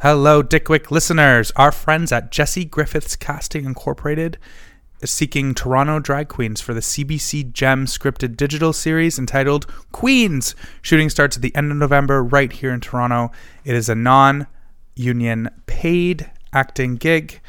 Hello, Dickwick listeners. Our friends at Jesse Griffiths Casting Incorporated is seeking Toronto drag queens for the CBC Gem scripted digital series entitled Queens. Shooting starts at the end of November right here in Toronto. It is a non union paid acting gig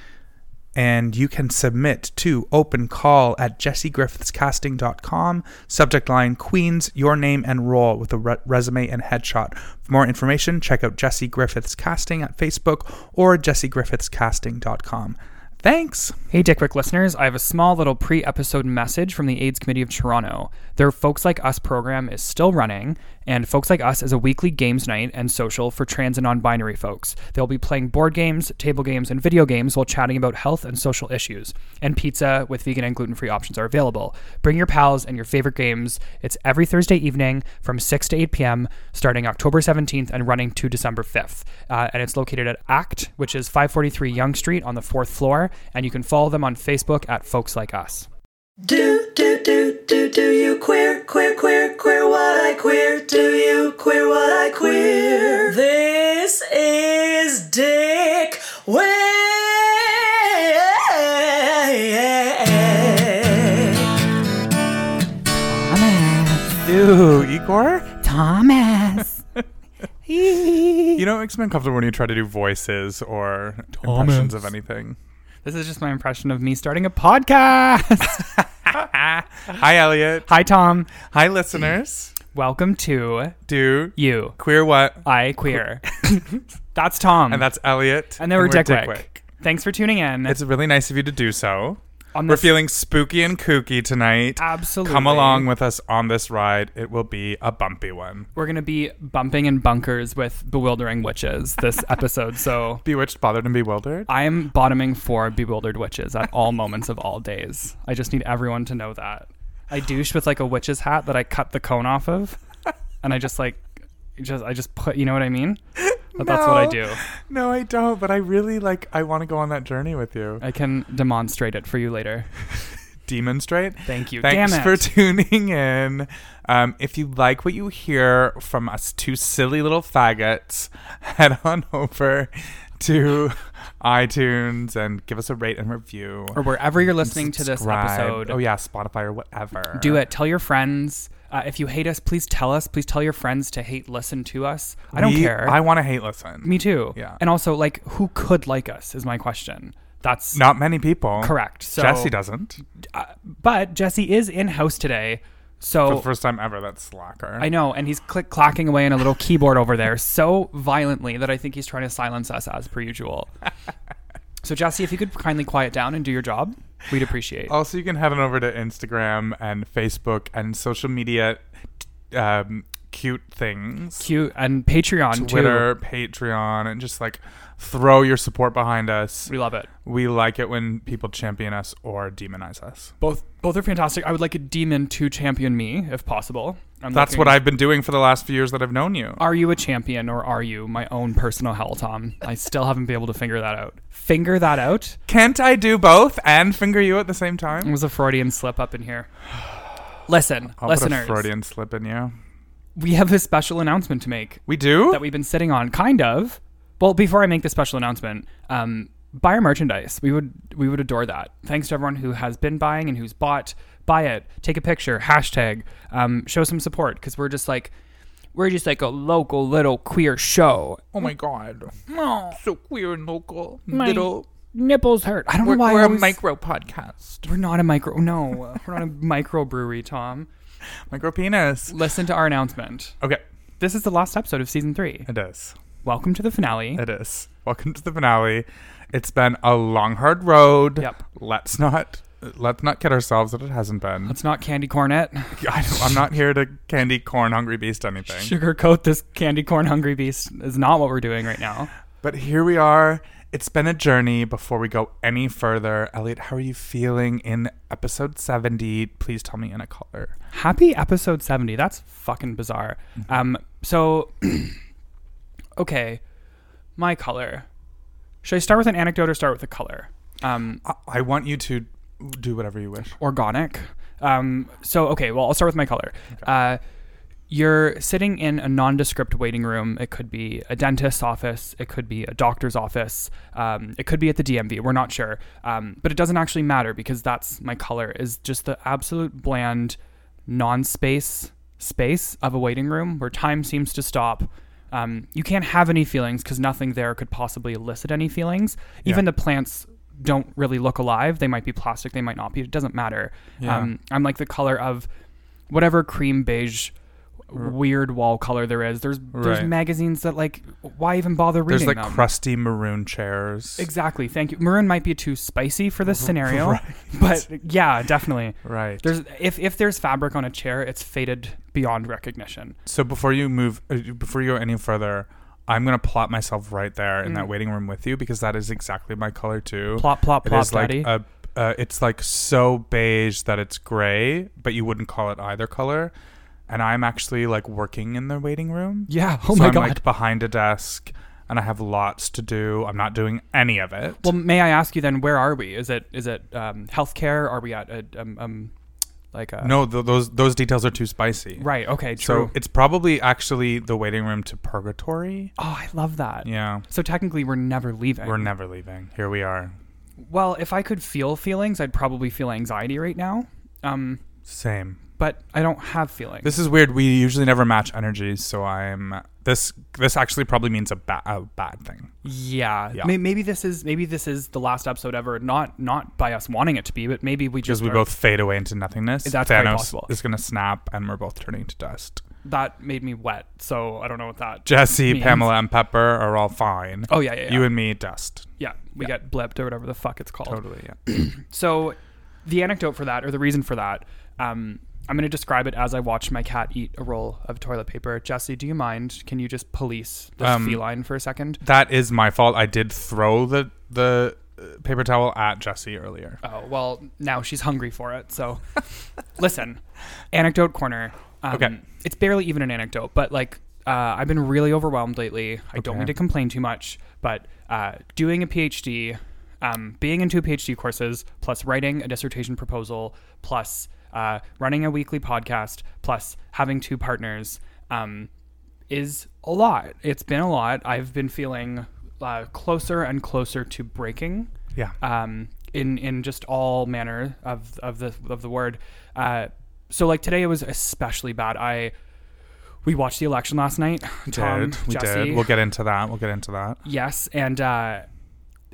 and you can submit to open call at jessegriffithscasting.com subject line queens your name and role with a re- resume and headshot for more information check out jesse griffiths casting at facebook or jessegriffithscasting.com thanks Hey, Dickwick listeners, I have a small little pre episode message from the AIDS Committee of Toronto. Their Folks Like Us program is still running, and Folks Like Us is a weekly games night and social for trans and non binary folks. They'll be playing board games, table games, and video games while chatting about health and social issues. And pizza with vegan and gluten free options are available. Bring your pals and your favorite games. It's every Thursday evening from 6 to 8 p.m., starting October 17th and running to December 5th. Uh, and it's located at ACT, which is 543 Young Street on the fourth floor. And you can follow them on Facebook at Folks Like Us. Do do do do do you queer queer queer queer what I queer do you queer what I queer This is Dick Wick Ew, igor Thomas. you know it makes me uncomfortable when you try to do voices or impressions of anything This is just my impression of me starting a podcast. hi elliot Hi, Tom. hi listeners Mm. Welcome to do You, queer what I Queer. That's Tom. and that's elliot And they were Dickwick. Thanks for tuning in. it's really nice of you to do so On we're this- feeling spooky and kooky tonight Absolutely. Come along with us on this ride. It will be a bumpy one. We're going to be bumping in bunkers with bewildering witches this episode. So Bewitched, bothered, and bewildered. I am bottoming for bewildered witches at all moments of all days. I just need everyone to know that. I douche with like a witch's hat that I cut the cone off of, and I just like, just I just put. You know what I mean? But That's what I No. do. No, I don't. But I really like. I want to go on that journey with you. I can demonstrate it for you later. Demonstrate. Thank you. Thanks Damn it. for tuning in. Um, if you like what you hear from us two silly little faggots, head on over to iTunes and give us a rate and review. or wherever you're listening to this Subscribe. episode. Oh yeah, Spotify or whatever. Do it. Tell your friends. Uh, if you hate us, please tell us. Please tell your friends to hate listen to us. I don't We- care. I want to hate listen. Me too. Yeah. And also, like, who could like us is my question. That's Not many people. correct. So uh, Jesse doesn't. But Jesse is in house today. For So the first time ever, that's slacker. I know, and he's click clacking away on a little keyboard over there so violently that I think he's trying to silence us as per usual. so Jesse, if you could kindly quiet down and do your job, we'd appreciate. Also, you can head on over to Instagram and Facebook and social media t- um, cute things. Cute and Patreon Twitter, Patreon, and just like throw your support behind us. too. We love it. We like it when people champion us or demonize us. Both both are fantastic. I would like a demon to champion me if possible. I'm That's what looking- I've been doing for the last few years that I've known you. Are you a champion or are you my own personal hell, Tom? I still haven't been able to figure that out. Figure that out? Can't I do both and finger you at the same It time? was a Freudian slip up in here. Listen, I'll put a listeners, Freudian slip in you. we have a special announcement to make We do? that we've been sitting on, kind of. Well, before I make the special announcement, um, buy our merchandise. We would we would adore that. Thanks to everyone who has been buying and who's bought. Buy it. Take a picture. Hashtag. Um, show some support because we're just like we're just like a local little queer show. oh my god. Oh, So queer and local. my nipples hurt. I don't know why I always- podcast. We're not a micro. No, we're not a microbrewery, Tom. Micro penis. Listen to our announcement. Okay. This is the last episode of season three. It is. Welcome to the finale. It is. Welcome to the finale. It's been a long, hard road. Yep. Let's not let's not kid ourselves that it hasn't been. Let's not candy corn it. I don't, I'm not here to candy corn hungry beast anything. Sugarcoat this candy corn hungry beast is not what we're doing right now. But here we are. It's been a journey. Before we go any further, Elliot, how are you feeling in episode 70? Please tell me in a color. Happy episode 70. That's fucking bizarre. Um, so, okay, my color. Should I start with an anecdote or start with a color? Um, I, I want you to do whatever you wish. organic. Um, so okay, well I'll start with my color. Uh, you're sitting in a nondescript waiting room. It could be a dentist's office, it could be a doctor's office, um, it could be at the DMV. We're not sure, um, but it doesn't actually matter because that's my color is just the absolute bland, non-space space of a waiting room where time seems to stop. Um, you can't have any feelings because nothing there could possibly elicit any feelings. Even Yeah. the plants don't really look alive. They might be plastic, they might not be. It doesn't matter. Yeah. Um, I'm like the color of whatever cream beige weird wall color there is. There's there's Right. magazines that like why even bother reading There's like them? crusty maroon chairs. Exactly. Thank you. Maroon might be too spicy for this scenario, Right. but yeah, definitely. Right. There's if if there's fabric on a chair, it's faded beyond recognition. so before you move, uh, before you go any further, I'm gonna plot myself right there in that waiting room with you because that is exactly my color too. Mm. Plop plop It plop, is like daddy. a, uh, it's like so beige that it's gray, but you wouldn't call it either color. And I'm actually like working in the waiting room. yeah. Oh so my I'm god. like behind a desk, and I have lots to do. I'm not doing any of it. well, may I ask you then, where are we? Is it is it um, healthcare? Are we at a, um, um like a no, th- those those details are too spicy. Right. Okay. True. So it's probably actually the waiting room to purgatory. oh, I love that. Yeah. So technically, we're never leaving. We're never leaving. Here we are. Well, if I could feel feelings, I'd probably feel anxiety right now. Um, Same. but I don't have feelings. This is weird. We usually never match energies, so I'm this. This actually probably means a, ba- a bad thing. yeah. Yeah. May- Maybe this is maybe this is the last episode ever. Not not by us wanting it to be, but maybe we Because just we are- both fade away into nothingness. That's very Thanos possible. is gonna snap, and we're both turning to dust. that made me wet. So I don't know what that. Jesse, Means- Pamela, and Pepper are all fine. Oh yeah yeah yeah. You and me, dust. yeah we got blipped or whatever the fuck it's called. Totally. Yeah. So, the anecdote for that, or the reason for that, um, I'm going to describe it as I watched my cat eat a roll of toilet paper. Jesse, do you mind? Can you just police this Um, feline for a second? that is my fault. I did throw the the uh, paper towel at Jesse earlier. Oh well, now she's hungry for it. So, listen, anecdote corner. Um, Okay. it's barely even an anecdote, but like uh, I've been really overwhelmed lately. I don't Okay. mean to complain too much, but uh, doing a PhD, um, being in two PhD courses, plus writing a dissertation proposal, plus uh, running a weekly podcast, plus having two partners. Um, is a lot. It's been a lot. I've been feeling uh, closer and closer to breaking Yeah. um, in in just all manner of of the of the word. Uh, so like today it was especially bad. I we watched the election last night. Tom, did. We Jesse, did. We'll get into that. We'll get into that. yes, and uh,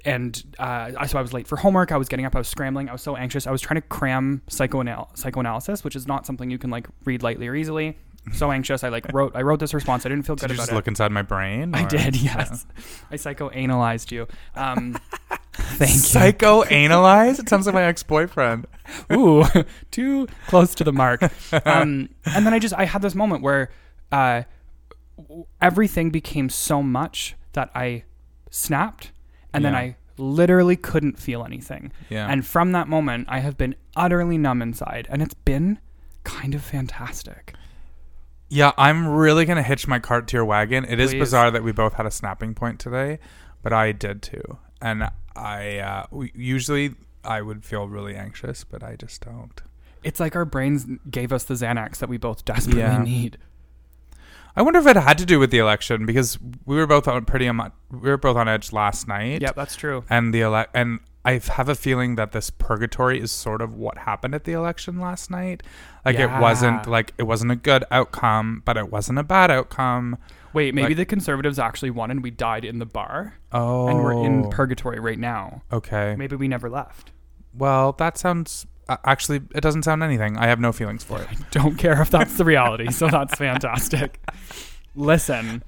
and uh, I- so I was late for homework. I was getting up. I was scrambling. I was so anxious. I was trying to cram psychoanal- psychoanalysis, which is not something you can like read lightly or easily. So anxious. I like wrote I wrote this response. I didn't feel good Did you about just it. look Oh. inside my brain? I or- did. Yes, I psychoanalyzed you. Um, thank you. Psychoanalyze? It sounds like my ex boyfriend. ooh, too close to the mark. Um, and then I just I had this moment where uh, w- everything became so much that I snapped, and then Yeah. I literally couldn't feel anything. Yeah. And from that moment, I have been utterly numb inside, and it's been kind of fantastic. Yeah, I'm really gonna hitch my cart to your wagon. It is Please. bizarre that we both had a snapping point today, but I did too. And I uh, we, usually I would feel really anxious, but I just don't. It's like our brains gave us the Xanax that we both desperately Yeah. need. I wonder if it had to do with the election because we were both on pretty on we were both on edge last night. Yep, that's true. And the ele- and I f- have a feeling that this purgatory is sort of what happened at the election last night. Like Yeah. it wasn't like it wasn't a good outcome, but it wasn't a bad outcome. Wait, maybe the conservatives actually won, and we died in the bar, Oh, and we're in purgatory right now. Okay. Maybe we never left. Well, that sounds uh, actually it doesn't sound anything. I have no feelings for it. don't care if that's the reality. So that's fantastic. Listen,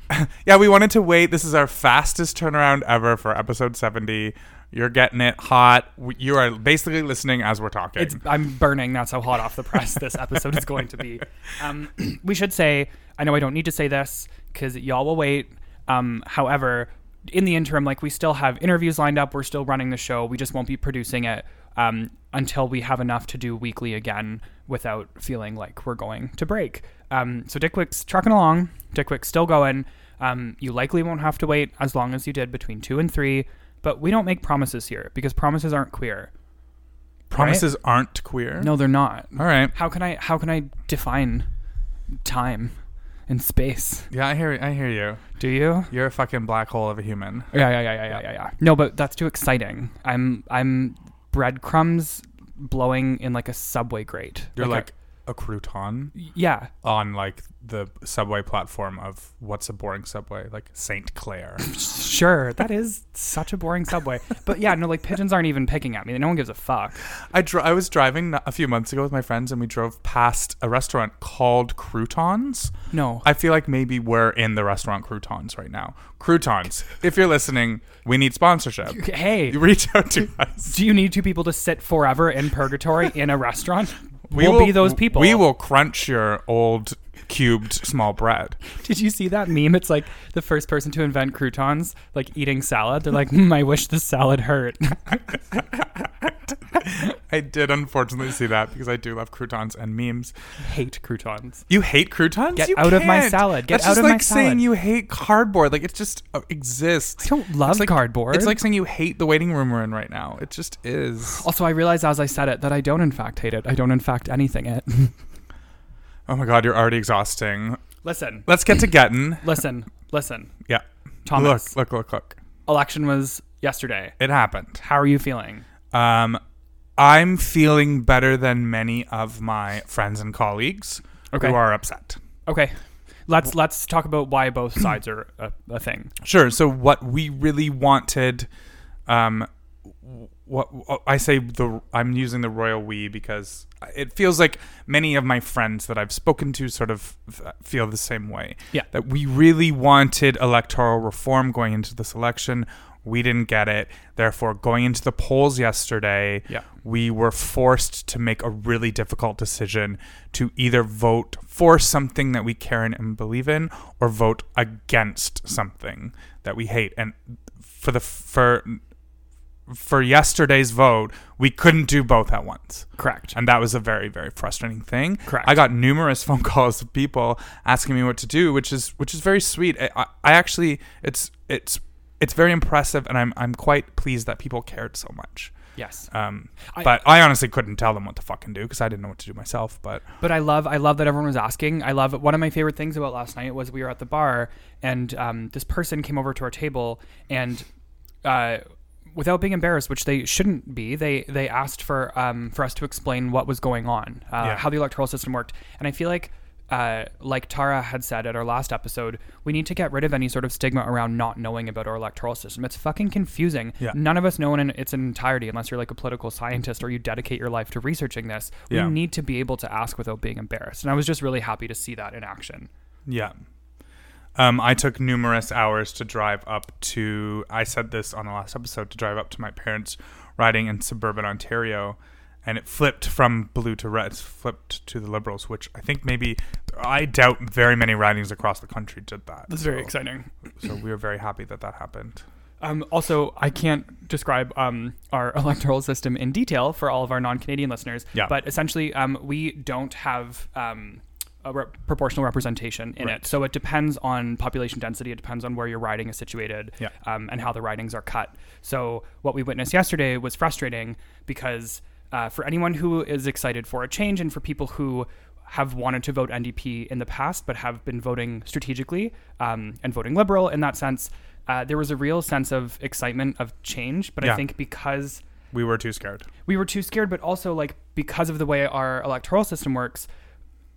yeah, we wanted to wait. This is our fastest turnaround ever for episode 70. You're getting it hot. W- You are basically listening as we're talking. it's I'm burning. That's how hot off the press this episode is going to be. Um, we should say I know I don't need to say this because y'all will wait. Um, however, in the interim, like we still have interviews lined up. We're still running the show. We just won't be producing it um, until we have enough to do weekly again without feeling like we're going to break. Um, so Dickwick's trucking along. Dickwick's still going. Um, you likely won't have to wait as long as you did between two and three. But we don't make promises here because promises aren't queer. Promises aren't queer. No, they're not. All right. How can I how can I define time? in space. Yeah, I hear. I hear you. Do you? You're a fucking black hole of a human. Yeah, yeah, yeah, yeah, yeah, yeah, yeah. No, but that's too exciting. I'm I'm breadcrumbs blowing in like a subway grate. You're a- like, a crouton yeah, on like the subway platform of what's a boring subway, like Saint Clair. sure. That is such a boring subway. but yeah, no, like pigeons aren't even picking at me. No one gives a fuck. I dro- I was driving a few months ago with my friends, and we drove past a restaurant called Croutons. No. I feel like maybe we're in the restaurant Croutons right now. Croutons, if you're listening, we need sponsorship. hey, You reach out to us. do you need two people to sit forever in purgatory in a restaurant? We will be those people. We will crunch your old cubed small bread. Did you see that meme? It's like the first person to invent croutons, like eating salad. They're like, mm, I wish the salad hurt. I did unfortunately see that because I do love croutons and memes. Hate croutons. You hate croutons? Get You out of my can't. salad. Get That's out just of my like saying salad. you hate cardboard. Like it just uh, exists. I don't love It's like- cardboard. It's like saying you hate the waiting room we're in right now. It just is. Also, I realized as I said it that I don't in fact hate it. I don't in fact anything it. Oh my god, you're already exhausting. listen, Let's get to getting. listen, listen. Yeah. Thomas, Look, look, look, look. election was yesterday. It happened. How are you feeling? Um, I'm feeling better than many of my friends and colleagues Okay. who are upset. Okay, let's let's talk about why both sides are a, a thing. Sure. So what we really wanted, um, what I say the I'm using the royal we because it feels like many of my friends that I've spoken to sort of f- feel the same way. Yeah. That we really wanted electoral reform going into this election. We didn't get it. Therefore, going into the polls yesterday, Yeah. we were forced to make a really difficult decision to either vote for something that we care in and believe in or vote against something that we hate. And for the for for yesterday's vote, we couldn't do both at once. Correct. And that was a very, very frustrating thing. Correct. I got numerous phone calls of people asking me what to do, which is which is very sweet. I, I I actually it's it's it's very impressive, and I'm I'm quite pleased that people cared so much. Yes. Um, I- but I honestly couldn't tell them what to fucking do because I didn't know what to do myself. But But I love, I love that everyone was asking. I love one of my favorite things about last night was we were at the bar and um, this person came over to our table and uh, without being embarrassed, which they shouldn't be, they they asked for um, for us to explain what was going on, uh, Yeah. how the electoral system worked, and I feel like. Uh, like Tara had said at our last episode, we need to get rid of any sort of stigma around not knowing about our electoral system. It's fucking confusing. Yeah. None of us know in its entirety unless you're like a political scientist or you dedicate your life to researching this. Yeah. We need to be able to ask without being embarrassed. And I was just really happy to see that in action. yeah, um, I took numerous hours to drive up to. I said this on the last episode to drive up to my parents, riding in suburban Ontario, and it flipped from blue to red. It's flipped to the Liberals, which I think maybe I doubt very many ridings across the country did that. so, exciting. So we were very happy that that happened. Um, also, I can't describe um, our electoral system in detail for all of our non-Canadian listeners. Yeah. But essentially, um, we don't have um, a rep- proportional representation in Right. it, so it depends on population density. It depends on where your riding is situated. Yeah. Um, and how the ridings are cut. So what we witnessed yesterday was frustrating because uh, for anyone who is excited for a change and for people who have wanted to vote NDP in the past but have been voting strategically um, and voting liberal in that sense, uh, there was a real sense of excitement of change. But Yeah. I think because We were too scared. we were too scared, but also like because of the way our electoral system works,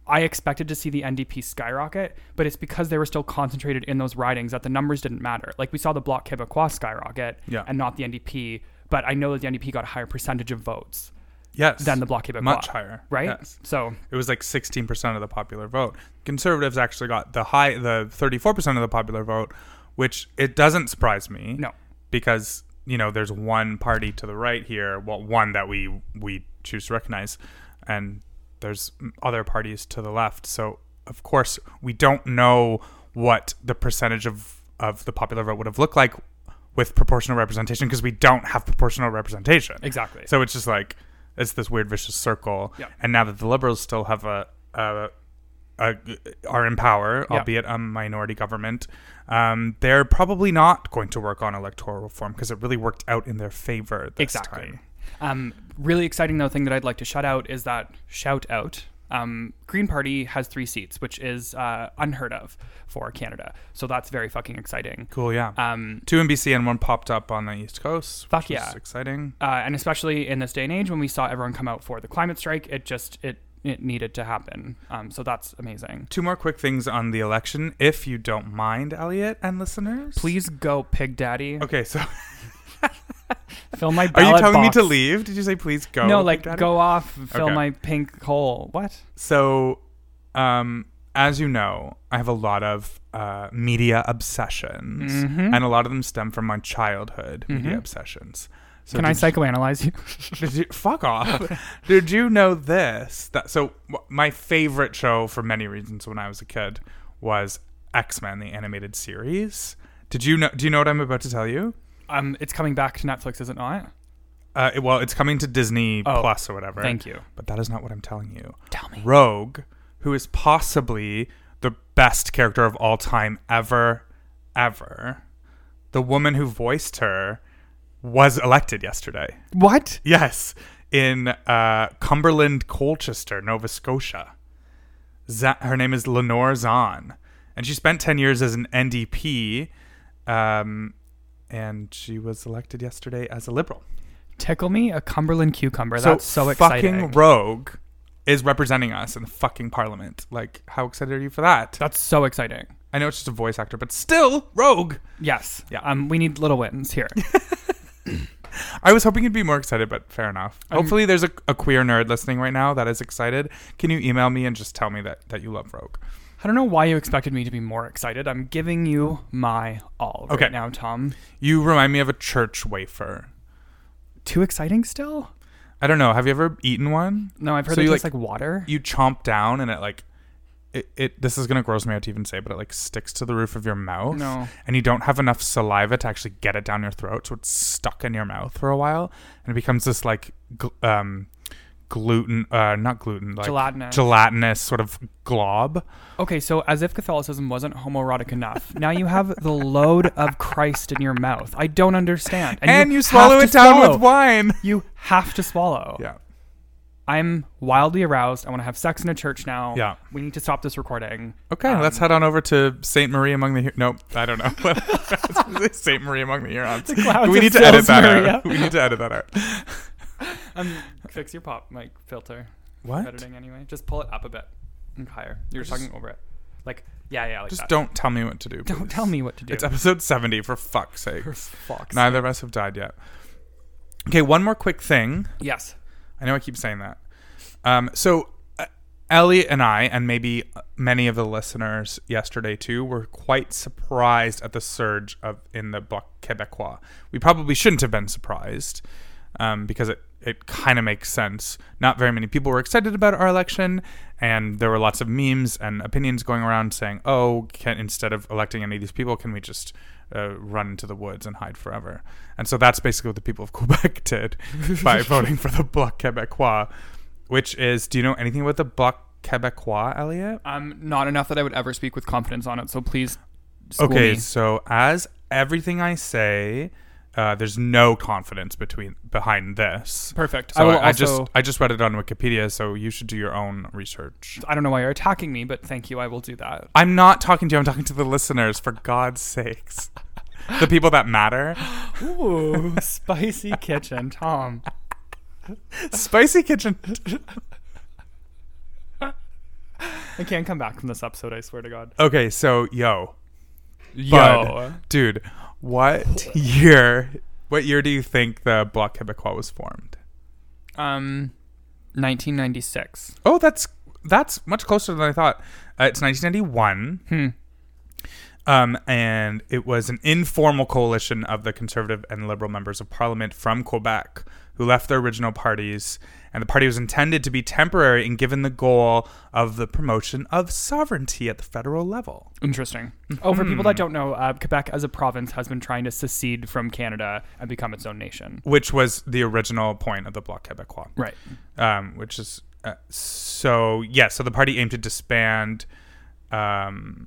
I expected to see the NDP skyrocket, but it's because they were still concentrated in those ridings that the numbers didn't matter. Like we saw the Bloc Québécois skyrocket Yeah. and not the NDP, but I know that the NDP got a higher percentage of votes Yes. than the Bloc Québécois. Much higher. Right? Yes. So It was like 16% of the popular vote. Conservatives actually got the high the 34% of the popular vote, which it doesn't surprise me. No. Because, you know, there's one party to the right here, well one that we we choose to recognize and there's other parties to the left. So, of course, we don't know what the percentage of of the popular vote would have looked like with proportional representation because we don't have proportional representation. Exactly. So it's just like it's this weird vicious circle. Yeah. And now that the liberals still have a, a, a are in power, Yeah. albeit a minority government, um, they're probably not going to work on electoral reform because it really worked out in their favor this exactly. time. Um, really exciting though thing that I'd like to shout out is that shout out Um, Green Party has three seats, which is uh, unheard of for Canada. So that's very fucking exciting. Cool, yeah. Um, Two in BC and one popped up on the East Coast. Fuck which was yeah. exciting. uh, and especially in this day and age when we saw everyone come out for the climate strike, it just it it needed to happen. Um, so that's amazing. Two more quick things on the election, if you don't mind, Elliot and listeners. Please go, Pig Daddy. Okay, so Fill my. are you ballot telling me to box. leave? Did you say please go? No, like Big Daddy? go off, fill Okay. my pink hole. What? So, um, as you know, I have a lot of uh, media obsessions, and a lot of them stem from my childhood media obsessions. So Can I did psychoanalyze you? Did you, fuck off. Did you know this? That so w- my favorite show for many reasons when I was a kid was X Men the animated series. Did you know? Do you know what I'm about to tell you? um, it's coming back to Netflix, is it not? Uh, it- well, it's coming to Disney Oh, Plus or whatever. thank you. But that is not what I'm telling you. Tell me. Rogue, who is possibly the best character of all time ever, ever, the woman who voiced her was elected yesterday. What? Yes, in uh, Cumberland, Colchester, Nova Scotia. Za her name is Lenore Zahn, and she spent 10 years as an NDP, um, and she was elected yesterday as a liberal. Tickle me a Cumberland cucumber. That's so exciting. Fucking Rogue is representing us in the fucking parliament. Like, how excited are you for that? That's so exciting. I know it's just a voice actor, but still, Rogue. Yes. Yeah. Um, we need little wins here. I was hoping you'd be more excited, but fair enough. Hopefully, there's a, a queer nerd listening right now that is excited. Can you email me and just tell me that, that you love Rogue? I don't know why you expected me to be more excited. I'm giving you my all right Okay. now, Tom. You remind me of a church wafer. Too exciting still? I don't know. Have you ever eaten one? No, I've heard So it you, tastes like, like- water. You chomp down and it like it, it this is gonna gross me out to even say, but it like sticks to the roof of your mouth. No. And you don't have enough saliva to actually get it down your throat, so it's stuck in your mouth for a while and it becomes this like gl- um gluten uh not gluten like Gelatinous. gelatinous sort of glob. okay, so as if Catholicism wasn't homoerotic enough, now you have the load of Christ in your mouth. I don't understand. And, you, have swallow to it down swallow. with wine. You have to swallow. Yeah. I'm wildly aroused. I want to have sex in a church now. Yeah. We need to stop this recording. Okay, Um, let's head on over to Saint Marie among the Hur- nope. I don't know. Saint Marie among the Hurons. clouds We of need to Sils edit that Maria. out. We need to edit that out. Um, fix your pop mic filter. What? Editing anyway. Just pull it up a bit and higher. You're talking over it. Like, yeah, yeah, like Just that. don't tell me what to do. Don't please. tell me what to do. It's episode seventy. For fuck's sake. For fuck's Neither of us have died yet. Okay, one more quick thing. sake. Yes. I know I keep saying that. Um, so uh, Elliot and I, and maybe many of the listeners yesterday too, were quite surprised at the surge of in the Bloc Québécois. We probably shouldn't have been surprised um, because it it kind of makes sense. Not very many people were excited about our election, and there were lots of memes and opinions going around saying, "Oh, can, instead of electing any of these people, can we just?" Uh, run into the woods and hide forever, and so that's basically what the people of Quebec did by voting for the Bloc Québécois, which is. Do you know anything about the Bloc Québécois, Elliot? Um, not enough that I would ever speak with confidence on it. So please. School Okay, Me. so as everything I say, uh, there's no confidence between behind this. Perfect. So I I, will I also. just I just read it on Wikipedia, so you should do your own research. I don't know why you're attacking me, but thank you. I will do that. I'm not talking to you. I'm talking to the listeners. For God's sakes, the people that matter. Ooh, spicy kitchen, Tom. Spicy Kitchen. I can't come back from this episode. I swear to God. Okay, so yo, Yo. bud, dude, what year? What year do you think the Bloc Québécois was formed? Um, 1996. Oh, that's that's much closer than I thought. Uh, it's 1991. Um, and it was an informal coalition of the conservative and liberal members of parliament from Quebec who left their original parties. And the party was intended to be temporary and given the goal of the promotion of sovereignty at the federal level. Interesting. Oh, for people that don't know, uh, Quebec as a province has been trying to secede from Canada and become its own nation. which was the original point of the Bloc Québécois. Right. Um, which is uh, so yeah. So the party aimed to disband, um,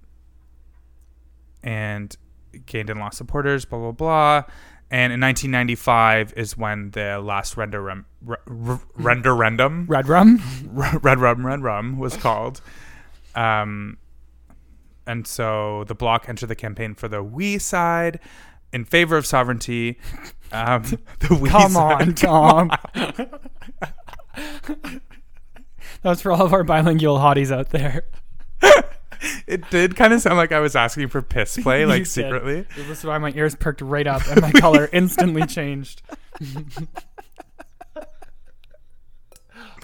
and gained and lost supporters. Blah blah blah. And in 1995 is when the last referendum R- r- Render Rendum. Red Rum? R- Red Rum Red Rum was called. Um, and so the bloc entered the campaign for the we side in favor of sovereignty. Um, the we Come side, on, Tom. That's for all of our bilingual hotties out there. It did kind of sound like I was asking for piss play, You like said- secretly. This is why my ears perked right up and my color instantly changed.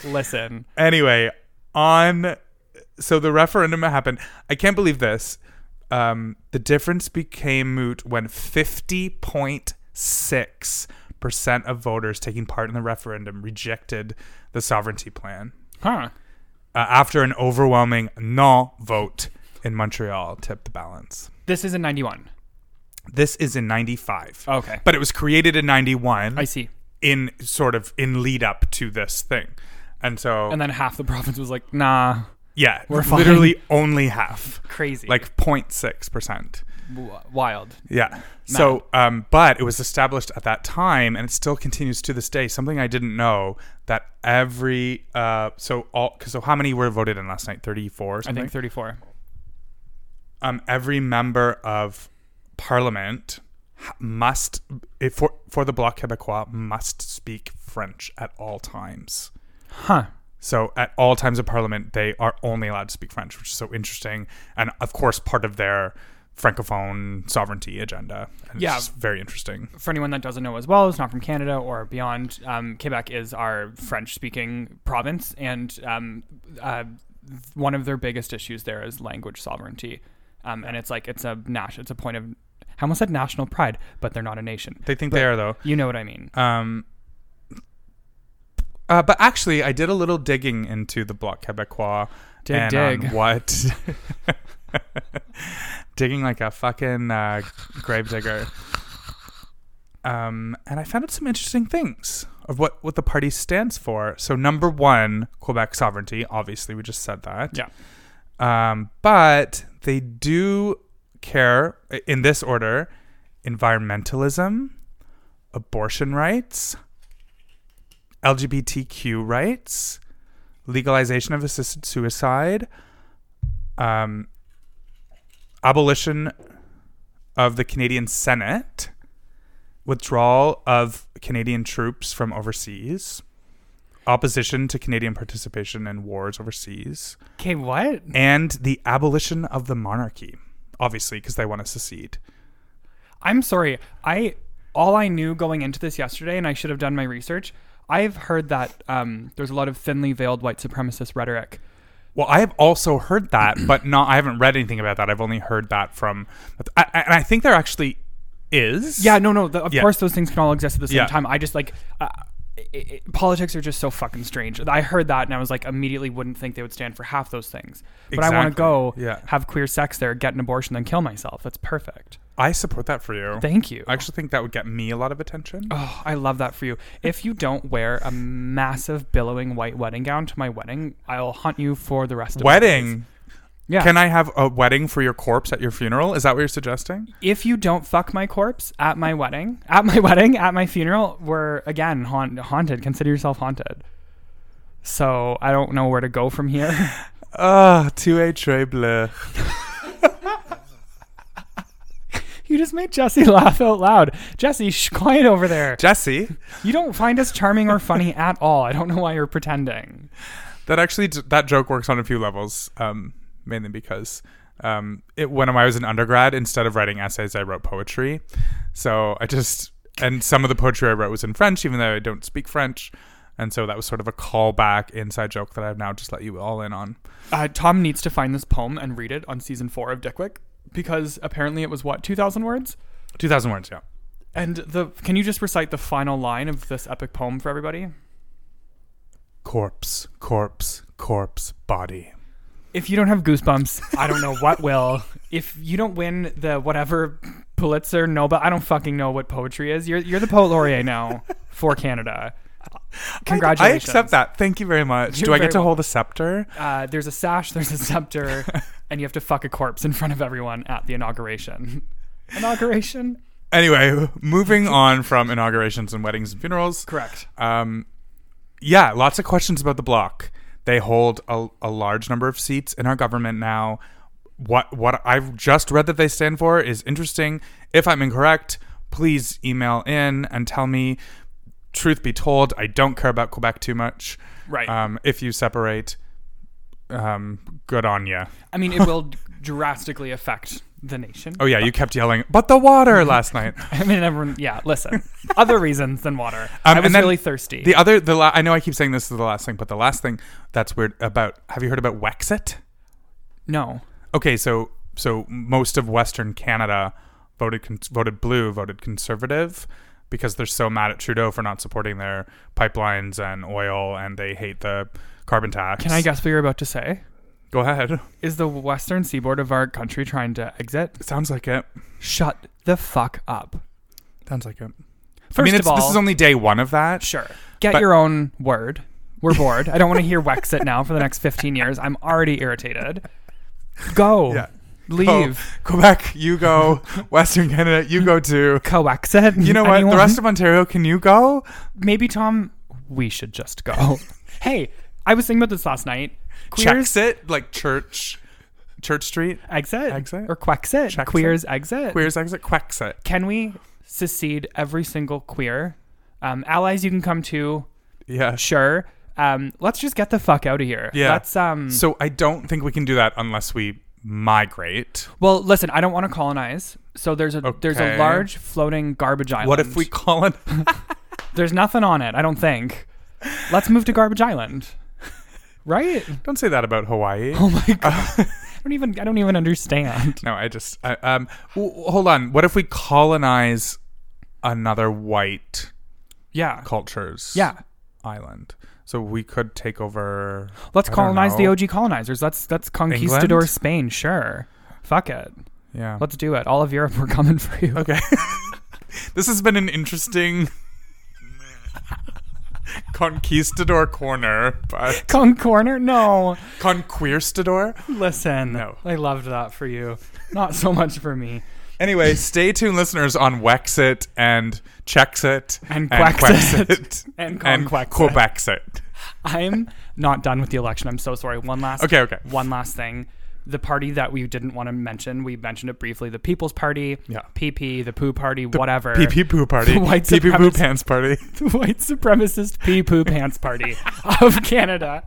Listen, Anyway, on so the referendum happened. I can't believe this. Um, the difference became moot when fifty point six percent of voters taking part in the referendum rejected the sovereignty plan. uh, huh? after an overwhelming no vote in Montreal tipped the balance. This is in '91. This is in 95. Okay. But it was created in 91 Oh. I see. in sort of in lead up to this thing. And so, And then half the province was like, "Nah, yeah, we're fine. literally only half, crazy, like 0.6%. W- wild." Yeah. So, um, but it was established at that time, and it still continues to this day. Something I didn't know that every uh, so all 'cause so how many were voted in last night? Thirty four. I think 34. um, every member of parliament ha- must if for for the Bloc Québécois must speak French at all times. Huh. So at all times of parliament, they are only allowed to speak French, which is so interesting, and of course part of their francophone sovereignty agenda. And Yeah. it's just very interesting. for anyone that doesn't know as well, is not from Canada or beyond, um, Quebec is our French speaking province. And um, uh, th- one of their biggest issues there is language sovereignty. Um, and it's like, it's a nash, it's a point of, I almost said national pride, but they're not a nation. They think they are though. You know what I mean. Um, uh, but actually, I did a little digging into the Bloc Québécois Dig, and dig. on what digging like a fucking uh, grave digger. Um, and I found out some interesting things of what what the party stands for. So number one, Quebec sovereignty. Obviously, we just said that. Yeah. Um, but they do care i- in this order: environmentalism, abortion rights, LGBTQ rights, legalization of assisted suicide, um, abolition of the Canadian Senate, withdrawal of Canadian troops from overseas, opposition to Canadian participation in wars overseas, Okay, what? and the abolition of the monarchy. Obviously, because they want to secede. I'm sorry. I all I knew going into this yesterday, and I should have done my research. I've heard that um, there's a lot of thinly veiled white supremacist rhetoric. Well, I have also heard that, but not. I haven't read anything about that. I've only heard that from, I, I- and I think there actually is. Yeah, no, no. The, of Yeah. course, those things can all exist at the same Yeah. time. I just like uh, i i politics are just so fucking strange. I heard that and I was like, immediately wouldn't think they would stand for half those things. But I want to Exactly. go Yeah. have queer sex there, get an abortion, then kill myself. That's perfect. I support that for you. Thank you. I actually think that would get me a lot of attention. Oh, I love that for you. If you don't wear a massive billowing white wedding gown to my wedding, I'll hunt you for the rest of my days. wedding. Yeah. Can I have a wedding for your corpse at your funeral? Is that what you're suggesting? if you don't fuck my corpse at my wedding, at my wedding, at my funeral, we're again haunt, haunted. Consider yourself haunted. So I don't know where to go from here. Ah, tu es très bleu. you just made Jesse laugh out loud. Jesse, shh, quiet over there. Jesse, You don't find us charming or funny at all. I don't know why you're pretending. that actually that joke works on a few levels. Um, mainly because um, it, when I was an undergrad, instead of writing essays, I wrote poetry. So I just and some of the poetry I wrote was in French, even though I don't speak French. And so that was sort of a callback inside joke that I've now just let you all in on. Uh, Tom needs to find this poem and read it on season four of Dickwick because apparently it was what two thousand words. Two thousand words, yeah. And the can you just recite the final line of this epic poem for everybody? Corpse, corpse, corpse, body. if you don't have goosebumps, I don't know what will. If you don't win the whatever Pulitzer, Nobel, I don't fucking know what poetry is. You're you're the poet laureate now for Canada. Congratulations. I accept that. Thank you very much. You're Do I very get to welcome. hold a scepter? Uh, there's a sash, there's a scepter, and you have to fuck a corpse in front of everyone at the inauguration. Inauguration? Uh, Anyway, moving on from inaugurations and weddings and funerals. Correct. Um, yeah, lots of questions about the bloc. They hold a, a large number of seats in our government now. What what I've just read that they stand for is interesting. If I'm incorrect, please email in and tell me. Truth be told, I don't care about Quebec too much. Right. Um, if you separate, um, good on you. I mean, it will drastically affect the nation. Oh yeah, you kept yelling, but the water last night. I mean, everyone, yeah, listen. Other reasons than water. I was Um, and then really thirsty. The other, the la- I know I keep saying this is the last thing, but the last thing that's weird about have you heard about Wexit? no. Okay, so so most of Western Canada voted con- voted blue, voted conservative because they're so mad at Trudeau for not supporting their pipelines and oil, and they hate the carbon tax. Can I guess what you're about to say? Go ahead. Is the western seaboard of our country trying to exit? Sounds like it. Shut the fuck up. Sounds like it. First I mean, of it's, all, this is only day one of that. sure. Get but- your own word. We're bored. I don't want to hear Wexit now for the next 15 years. I'm already irritated. Go. Yeah. Leave. Go, Quebec, you go. Western Canada, you go too. Co-exit. You know what? The rest of Ontario, can you go? maybe Tom, we should just go. hey, I was thinking about this last night. Queers Checks it like church, Church Street. exit, Exit? or quexit. Chexit? Queers exit. Queers exit quacks it. Can we secede every single queer? Um, allies, you can come to. Yeah. Sure. Um, let's just get the fuck out of here. Yeah. Let's um. Mm. So I don't think we can do that unless we migrate. well, listen, I don't want to colonize. So there's a there's a Okay. large floating garbage island. What if we call it? There's nothing on it. I don't think. Let's move to garbage island. Right? Don't say that about Hawaii. Oh my god. I don't even I don't even understand. No, I just I, um. w- w- hold on. What if we colonize another white Yeah. culture's Yeah. island? So we could take over. Let's I don't colonize the know. OG colonizers. Let's let's conquistador England? Spain. Sure, fuck it. Yeah. Let's do it. All of Europe, we're coming for you. Okay. this has been an interesting conquistador corner, but Con corner? No. conquistador. Listen. No. I loved that for you. Not so much for me. Anyway, stay tuned, listeners, on Wexit and Chexit And Quexit. And and, Conquexit. Quebexit. I'm not done with the election. I'm so sorry. One last. Okay, okay. One last thing. The party that we didn't want to mention, we mentioned it briefly. The People's Party. Yeah. PP. The Poo Party. whatever. Pee pee poo party. The white Pee pee poo supremacists. pants party. the white supremacist pee poo pants party of Canada,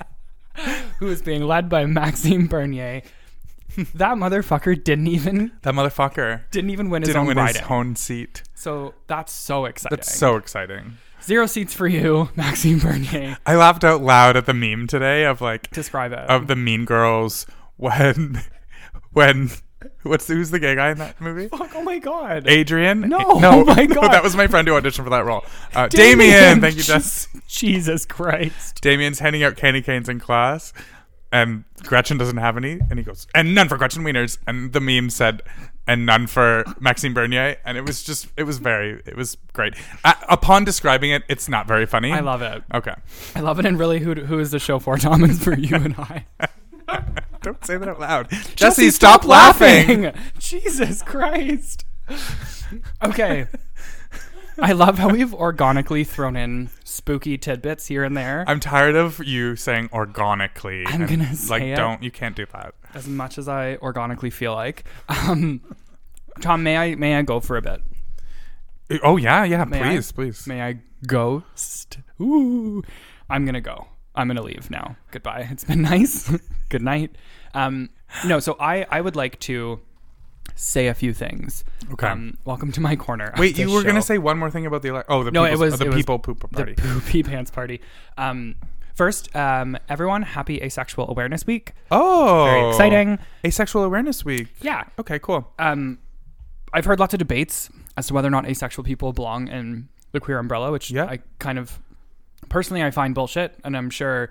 who is being led by Maxime Bernier. That motherfucker didn't even That motherfucker didn't even win his didn't own win riding. his own seat. so that's so exciting. That's so exciting. Zero seats for you, Maxime Bernier. I laughed out loud at the meme today of like Describe it. of the Mean Girls when when what's who's the gay guy in that movie? Fuck, oh my god. Adrian? No, A- oh my God. that was my friend who auditioned for that role. Uh, Damien. Damien. thank you, Jess. Jesus Christ. Damien's handing out candy canes in class, and Gretchen doesn't have any, and he goes, and none for Gretchen Wieners, and the meme said, and none for Maxime Bernier, and it was just, it was very, it was great. Uh, upon describing it, it's not very funny. I love it. Okay, I love it. And really, who, who is the show for, Tom? It's for you and I. don't say that out loud. Jesse, stop, laughing. Jesus Christ. Okay. I love how we've organically thrown in spooky tidbits here and there I'm tired of you saying organically. I'm and, gonna like, say it. don't you can't do that. as much as I organically feel like. Um, Tom, may I may I go for a bit? Oh yeah, yeah. May I? please, please. May I ghost? Ooh. I'm going to go. I'm going to leave now. Goodbye. It's been nice. Good night. Um, no, so I, I would like to say a few things. Okay. Um, welcome to my corner. of Wait, you this were gonna show. say one more thing about the ele- oh the No, it people's- was- the it was people poop party. The poopy pants party. Um, first, um, everyone, happy Asexual Awareness Week. oh, Very exciting. Asexual Awareness Week. Yeah. Okay, cool. Uh, Um, I've heard lots of debates as to whether or not asexual people belong in the queer umbrella, which Yeah. I kind of personally I find bullshit, and I'm sure.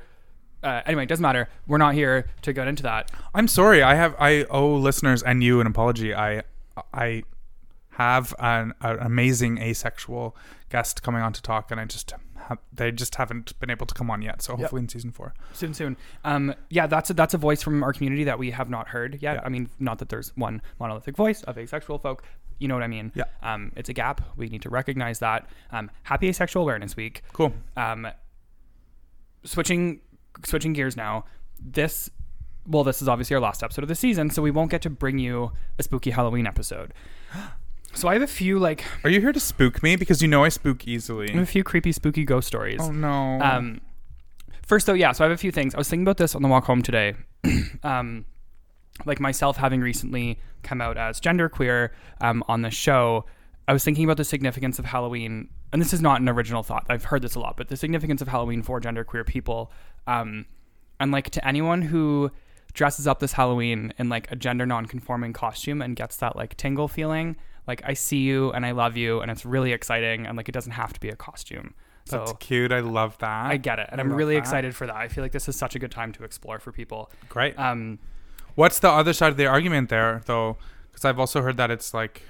Uh, anyway, it doesn't matter. We're not here to get into that. I'm sorry. I have I owe listeners and you an apology. I I have an, an amazing asexual guest coming on to talk, and I just have, they just haven't been able to come on yet. So hopefully in season four. Soon, soon. Um, yeah, that's a, that's a voice from our community that we have not heard yet. Yeah. I mean, not that there's one monolithic voice of asexual folk. You know what I mean? Yeah. Um, it's a gap. We need to recognize that. Um, happy Asexual Awareness Week. Cool. Um, switching switching gears now. This well, this is obviously our last episode of the season, so we won't get to bring you a spooky Halloween episode. So I have a few like Are you here to spook me? Because you know I spook easily. I have a few creepy spooky ghost stories. Oh no. Mm. Um, first though, yeah. So I have a few things. I was thinking about this on the walk home today. um, like myself having recently come out as genderqueer um, on the show, I was thinking about the significance of Halloween. And this is not an original thought. I've heard this a lot, but the significance of Halloween for genderqueer people. Um, and like to anyone who dresses up this Halloween in like a gender non-conforming costume and gets that like tingle feeling, like I see you and I love you and it's really exciting and like it doesn't have to be a costume. So That's cute. I love that. I get it, and I'm love really that. excited for that. I feel like this is such a good time to explore for people. Great. Um, What's the other side of the argument there, though? Because I've also heard that it's like,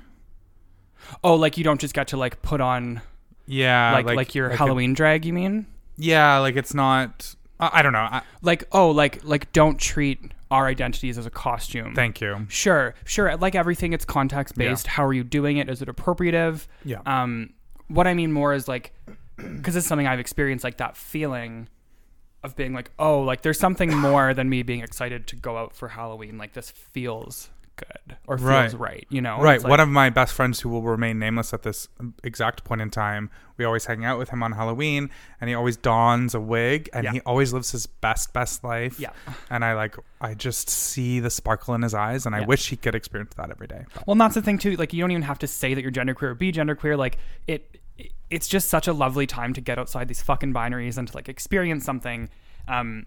oh, like you don't just get to like put on yeah, like like, your it- Halloween drag, you mean? yeah, like it's not. I, I don't know. I, Like oh, like like don't treat our identities as a costume. thank you. sure, sure. Like everything, it's context based. How are you doing it? Is it appropriative? Yeah. Um, what I mean more is like, because it's something I've experienced, like that feeling of being like, oh, like there's something more than me being excited to go out for Halloween. Like this feels good or feels Right. right, you know? Right. It's like- One of my best friends who will remain nameless at this exact point in time, we always hang out with him on Halloween and he always dons a wig and Yeah. he always lives his best, best life. Yeah. And I like, I just see the sparkle in his eyes and I Yeah. wish he could experience that every day. But Well, and that's the thing too. Like, you don't even have to say that you're genderqueer or be genderqueer. Like, it, it's just such a lovely time to get outside these fucking binaries and to like experience something. Um,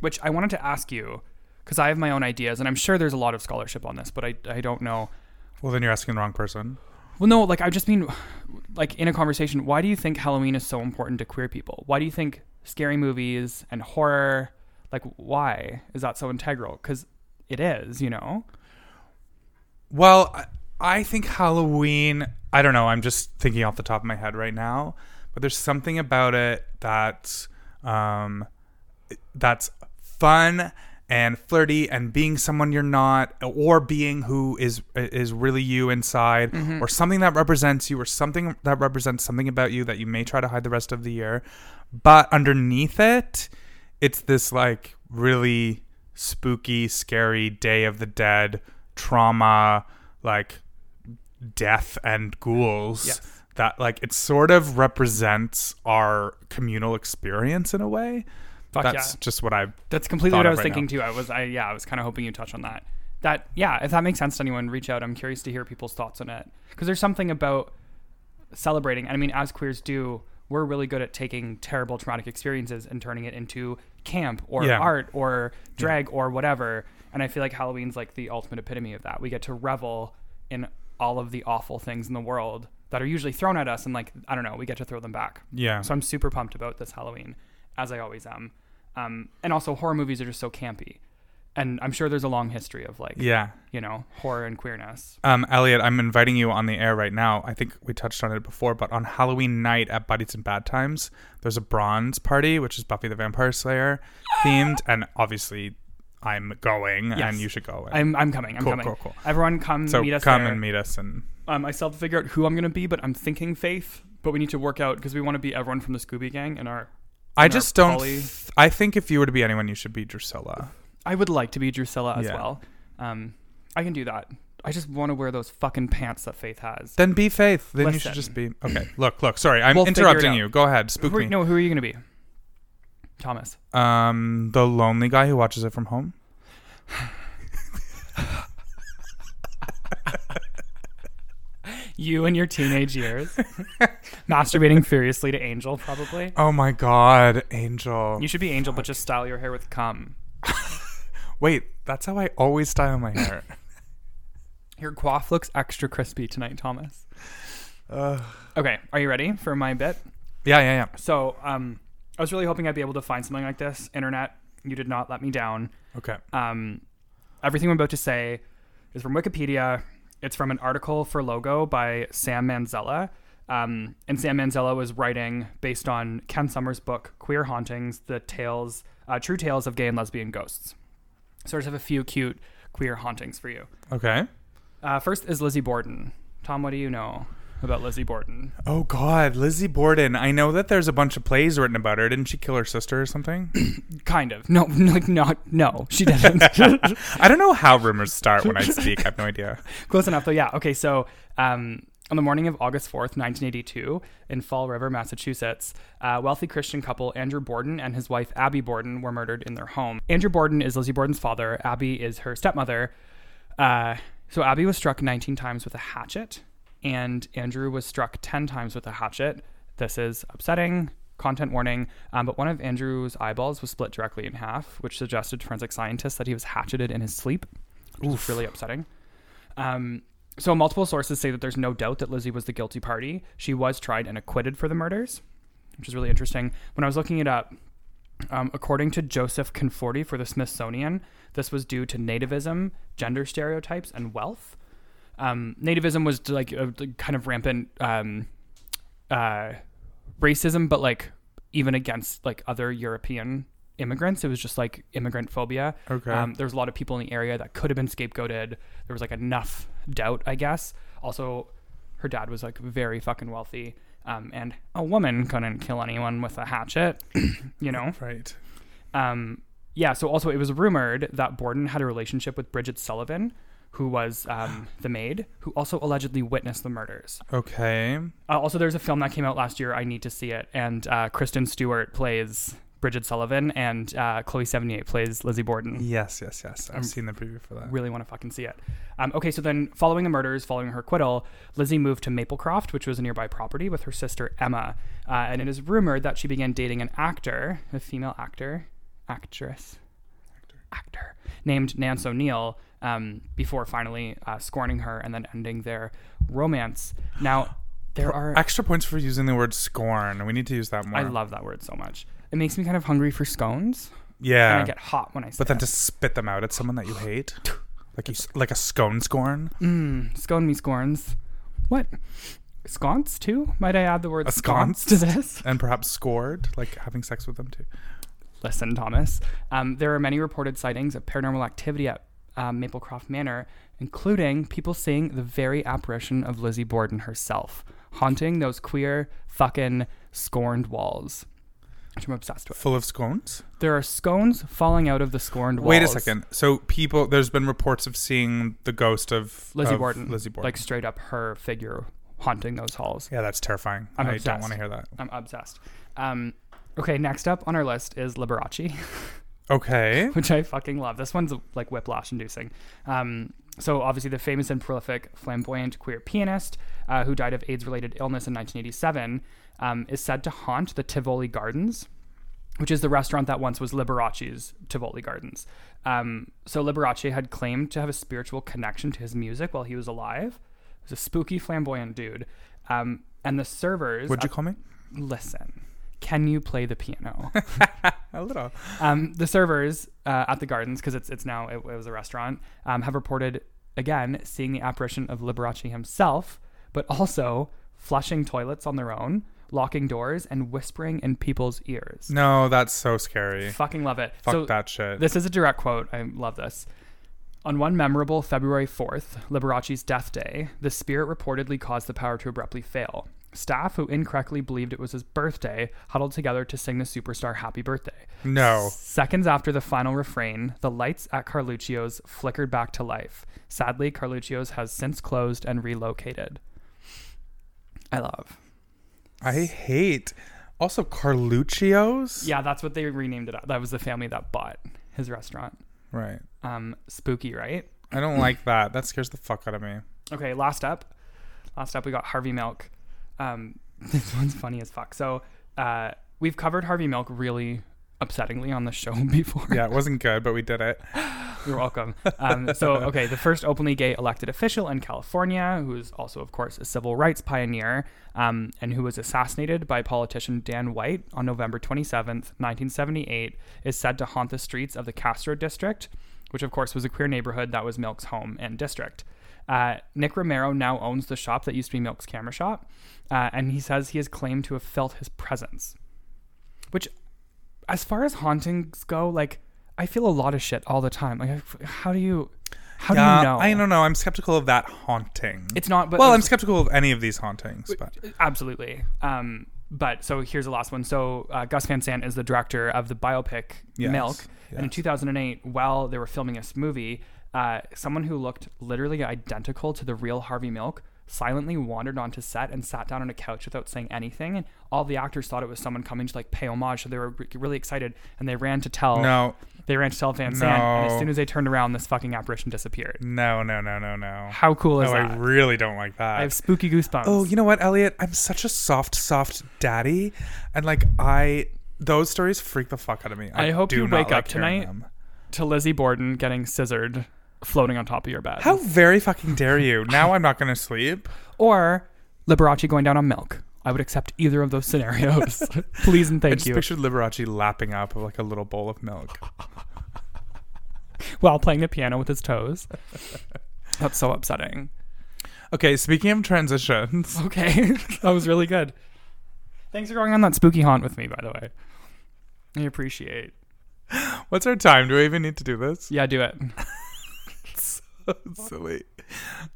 which I wanted to ask you because I have my own ideas, and I'm sure there's a lot of scholarship on this, but I, I don't know. well, then you're asking the wrong person. Well, no, like I just mean, like in a conversation, why do you think Halloween is so important to queer people? Why do you think scary movies and horror, like, why is that so integral? Because it is, you know. Well, I- I think Halloween, I don't know, I'm just thinking off the top of my head right now, but there's something about it that um that's fun and flirty and being someone you're not or being who is is really you inside Mm-hmm. or something that represents you or something that represents something about you that you may try to hide the rest of the year but underneath it it's this like really spooky scary day of the dead trauma like death and ghouls Yes. that like it sort of represents our communal experience in a way Fuck that's yeah. just what I That's completely thought what I of was right thinking too. I was, I yeah, I was kind of hoping you touch on that. That yeah, if that makes sense to anyone, reach out. I'm curious to hear people's thoughts on it because there's something about celebrating. And I mean, as queers do, we're really good at taking terrible traumatic experiences and turning it into camp or Yeah. art or drag or whatever. And I feel like Halloween's like the ultimate epitome of that. We get to revel in all of the awful things in the world that are usually thrown at us, and like I don't know, we get to throw them back. yeah So I'm super pumped about this Halloween, as I always am. Um, and also, horror movies are just so campy. And I'm sure there's a long history of like, yeah you know, horror and queerness. um Elliot I'm inviting you on the air right now I think we touched on it before but on Halloween night at Buddies and Bad Times there's a bronze party which is Buffy the Vampire Slayer themed and obviously I'm going and you should go and- I'm, I'm coming. I'm Cool, coming. cool, cool. Everyone, come so meet us. come there. and meet us and Um, I still have to figure out who I'm gonna be, but I'm thinking Faith. But we need to work out because we want to be everyone from the Scooby Gang and our. I and our just don't poly- th- I think if you were to be anyone you should be Drusilla I would like to be Drusilla as Yeah. well. Um, I can do that. I just want to wear those fucking pants that Faith has. then be Faith then you should Listen. just be okay look look sorry I'm We'll figure it interrupting out. you go ahead spook Who are- me no, who are you gonna be? Thomas. Um, the lonely guy who watches it from home. You and your teenage years. Masturbating furiously to Angel, probably. Oh my God, Angel! You should be Angel, but just style your hair with cum. Wait, that's how I always style my hair. Your coif looks extra crispy tonight, Thomas. Ugh. Okay, are you ready for my bit? yeah, yeah, yeah. So, um, I was really hoping I'd be able to find something like this. Internet, you did not let me down. Okay. Um, everything I'm about to say is from Wikipedia. It's from an article for Logo by Sam Manzella. Um, and Sam Manzella was writing based on Ken Summers' book, Queer Hauntings, The Tales, uh, True Tales of Gay and Lesbian Ghosts. So I just have a few cute queer hauntings for you. Okay. Uh, first is Lizzie Borden. Tom, what do you know? about Lizzie Borden. Oh God, Lizzie Borden. I know that there's a bunch of plays written about her. Didn't she kill her sister or something? Kind of. No, like not. No, she didn't. I don't know how rumors start when I speak. I have no idea. Close enough, though. Yeah. Okay. So, um, on the morning of August 4th, 1982, in Fall River, Massachusetts, a wealthy Christian couple, Andrew Borden and his wife, Abby Borden, were murdered in their home. Andrew Borden is Lizzie Borden's father, Abby is her stepmother. Uh, so, Abby was struck 19 times with a hatchet, and Andrew was struck 10 times with a hatchet. This is upsetting. Content warning, um, but one of Andrew's eyeballs was split directly in half, which suggested to forensic scientists that he was hatcheted in his sleep, which is really upsetting. Um, so multiple sources say that there's no doubt that Lizzie was the guilty party. She was tried and acquitted for the murders, which is really interesting. When I was looking it up, um, according to Joseph Conforti for the Smithsonian, this was due to nativism, gender stereotypes, and wealth. Um, nativism was like a, like, kind of rampant um, uh, racism, but like even against like other European immigrants, it was just like immigrant phobia. Okay. Um, there was a lot of people in the area that could have been scapegoated. There was like enough doubt, I guess. Also, her dad was like very fucking wealthy, um, and a woman couldn't kill anyone with a hatchet, you know. Right. Um, yeah. So also, it was rumored that Borden had a relationship with Bridget Sullivan. Who was um, the maid who also allegedly witnessed the murders? Okay. Uh, also, there's a film that came out last year. I need to see it. And uh, Kristen Stewart plays Bridget Sullivan, and uh, Chloe Seventy Eight plays Lizzie Borden. Yes, yes, yes. I've seen the preview for that. Really want to fucking see it. Um, okay, so then following the murders, following her acquittal, Lizzie moved to Maplecroft, which was a nearby property, with her sister Emma. Uh, and it is rumored that she began dating an actor, a female actor, actress, actor, named Nance O'Neill. Um, before finally uh, scorning her and then ending their romance. Now there are Extra points for using the word scorn. We need to use that more. I love that word so much. It makes me kind of hungry for scones. And I Yeah. get hot when I say But then it. to spit them out at someone that you hate, like you, s- like a scone scorn. Scone me scorns. What? Sconce too? Might I add the word A sconce sconce? to this? and perhaps scored, like having sex with them too. Listen, Thomas. Um, there are many reported sightings of paranormal activity at um, Maplecroft Manor, including people seeing the very apparition of Lizzie Borden herself, haunting those queer, fucking, scorned walls. Which I'm obsessed with. Full of scones? There are scones falling out of the scorned walls. Wait a second. So people there's been reports of seeing the ghost of Lizzie of Borden. Lizzie Borden. Like straight up her figure haunting those halls. yeah, that's terrifying. I'm I obsessed. don't want to hear that. I'm obsessed. Um, okay, next up on our list is Liberace, Okay. which I fucking love. This one's like whiplash inducing. Um, so, obviously, the famous and prolific flamboyant queer pianist uh, who died of AIDS related illness in 1987 um, is said to haunt the Tivoli Gardens. Which is the restaurant that once was Liberace's Tivoli Gardens. Um, so Liberace had claimed to have a spiritual connection to his music while he was alive. He was a spooky, flamboyant dude. Um, and the servers Would at you call me? listen can you play the piano A little. um, the servers uh, at the gardens because it's, it's now it, it was a restaurant um, have reported again seeing the apparition of liberace himself but also flushing toilets on their own locking doors and whispering in people's ears No, that's so scary. fucking love it Mm. Fuck so that shit. this is a direct quote. I love this. On one memorable February 4th, Liberace's death day, the spirit reportedly caused the power to abruptly fail. Staff who incorrectly believed it was his birthday huddled together to sing the superstar happy birthday. no. Seconds after the final refrain, the lights at Carluccio's flickered back to life. Sadly, Carluccio's has since closed and relocated. I love. I hate also Carluccio's. Yeah, that's what they renamed it. That was the family that bought his restaurant. Right. Um, spooky, right? I don't like that. That scares the fuck out of me. Okay, last up. Last up, we got Harvey Milk. Um, this one's funny as fuck. So uh, we've covered Harvey Milk really upsettingly on the show before. Yeah, it wasn't good, but we did it. You're welcome. Um, so, okay, the first openly gay elected official in California, who is also, of course, a civil rights pioneer, um, and who was assassinated by politician Dan White on November 27th, 1978, is said to haunt the streets of the Castro district, which, of course, was a queer neighborhood that was Milk's home and district. Uh, Nick Romero now owns the shop that used to be Milk's camera shop, uh, and he says he has claimed to have felt his presence. Which as far as hauntings go, like I feel a lot of shit all the time. Like, I- how do you? How Yeah, do you know? Uh, I don't know. I'm skeptical of that haunting. It's not. But well, I'm I'm skeptical of any of these hauntings, but uh, Absolutely. Um, but so here's the last one. So uh, Gus Van Sant is the director of the biopic Yes, Milk, and in yes. 2008, while they were filming this movie, uh, someone who looked literally identical to the real Harvey Milk silently wandered onto set and sat down on a couch without saying anything. And all the actors thought it was someone coming to like pay homage, so they were re- really excited and they ran to tell. no, They ran to tell Van Sant, and as No. soon as they turned around, this fucking apparition disappeared. no, no, no, no, no. How cool is No, that? Oh, I really don't like that. I have spooky goosebumps. Oh, you know what, Elliot? I'm such a soft, soft daddy, and like I, those stories freak the fuck out of me. I hope do you not wake like up hearing tonight. them. to Lizzie Borden getting scissored floating on top of your bed. How very fucking dare you? Now I'm not gonna sleep. Or Liberace going down on milk. I would accept either of those scenarios. Please and I thank just you. pictured Liberace lapping up of like a little bowl of milk. While playing the piano with his toes. That's so upsetting. Okay, speaking of transitions, Okay. that was really good. Thanks for going on that spooky haunt with me, by the way. I appreciate. what's our time? Do we even need to do this? Yeah, do it. Silly.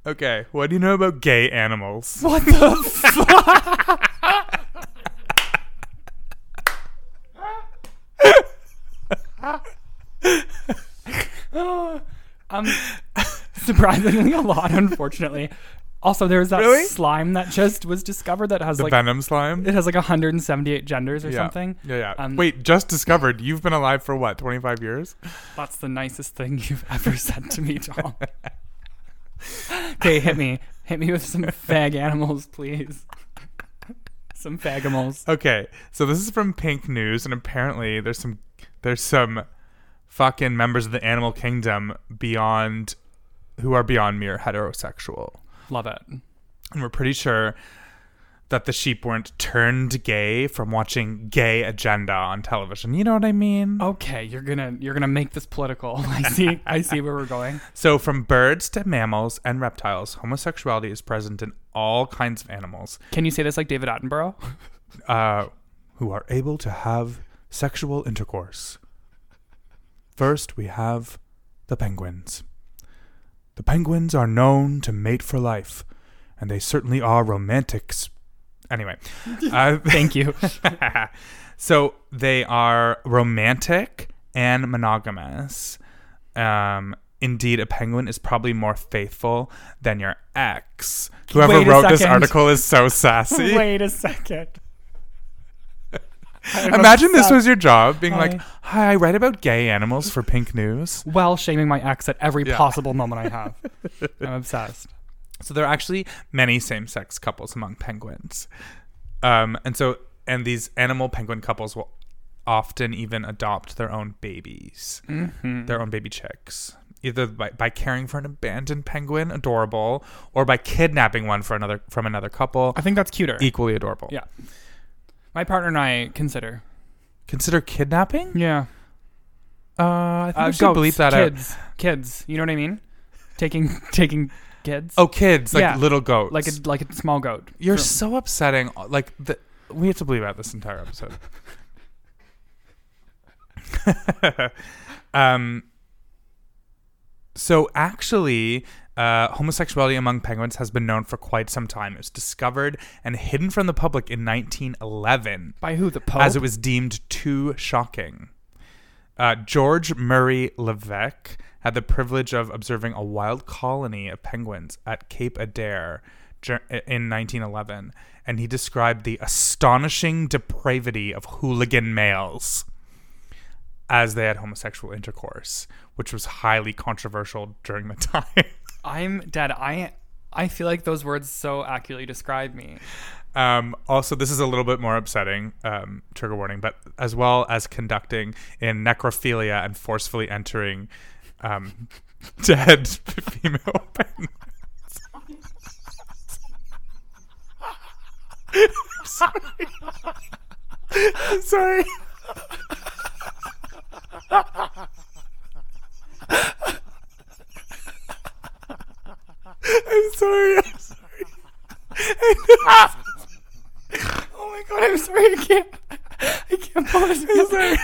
Okay, what do you know about gay animals? What the fuck? um, surprisingly, a lot, unfortunately. Also, there's that Really? slime that just was discovered that has The like venom slime. it has like 178 genders or yeah. something. Yeah, yeah. Um, Wait, just discovered. You've been alive for what, 25 years? That's the nicest thing you've ever said to me, Tom. okay, hit me. Hit me with some fag animals, please. Some fagamals. Okay, so this is from Pink News, and apparently there's some there's some fucking members of the animal kingdom beyond who are beyond mere heterosexual, Love it. and we're pretty sure that the sheep weren't turned gay from watching Gay Agenda on television. You know what I mean? Okay, you're gonna you're gonna make this political. I see I see where we're going. So from birds to mammals and reptiles, homosexuality is present in all kinds of animals Can you say this like David Attenborough? uh, who are able to have sexual intercourse. First, we have the penguins. The penguins are known to mate for life, and they certainly are romantics. Anyway, uh, Thank you. so they are romantic and monogamous. Um, indeed, a penguin is probably more faithful than your ex. Whoever Wait a wrote this second. article is so sassy. Wait a second. I'm Imagine this upset. was your job, being Hi. like, "Hi, I write about gay animals for Pink News." Well, shaming my ex at every Yeah. possible moment I have. I'm obsessed. So there are actually many same-sex couples among penguins, um, and so and these animal penguin couples will often even adopt their own babies, Mm-hmm. their own baby chicks, either by, by caring for an abandoned penguin, adorable, or by kidnapping one for another from another couple, I think that's cuter. equally adorable. Yeah. My partner and I consider. Consider kidnapping? Yeah. Uh, I think Uh, we should goats, bleep that out. kids, kids. You know what I mean? Taking taking kids. Oh, kids, like Yeah. little goats, like a like a small goat. You're Sure. so upsetting. Uh, Like the, we have to believe out this entire episode. um. So actually, uh, homosexuality among penguins has been known for quite some time. It was discovered and hidden from the public in 1911 by who the Pope? as it was deemed too shocking. Uh, George Murray Levesque had the privilege of observing a wild colony of penguins at Cape Adare dur- in 1911, and he described the astonishing depravity of hooligan males as they had homosexual intercourse, which was highly controversial during the time. I'm dead. I I feel like those words so accurately describe me. Um, also, this is a little bit more upsetting, um, trigger warning, but as well as conducting in necrophilia and forcefully entering um, dead female penguins. Sorry. Sorry. I'm sorry. I'm sorry. Oh my god, I'm sorry. I can't. I can't pull this together.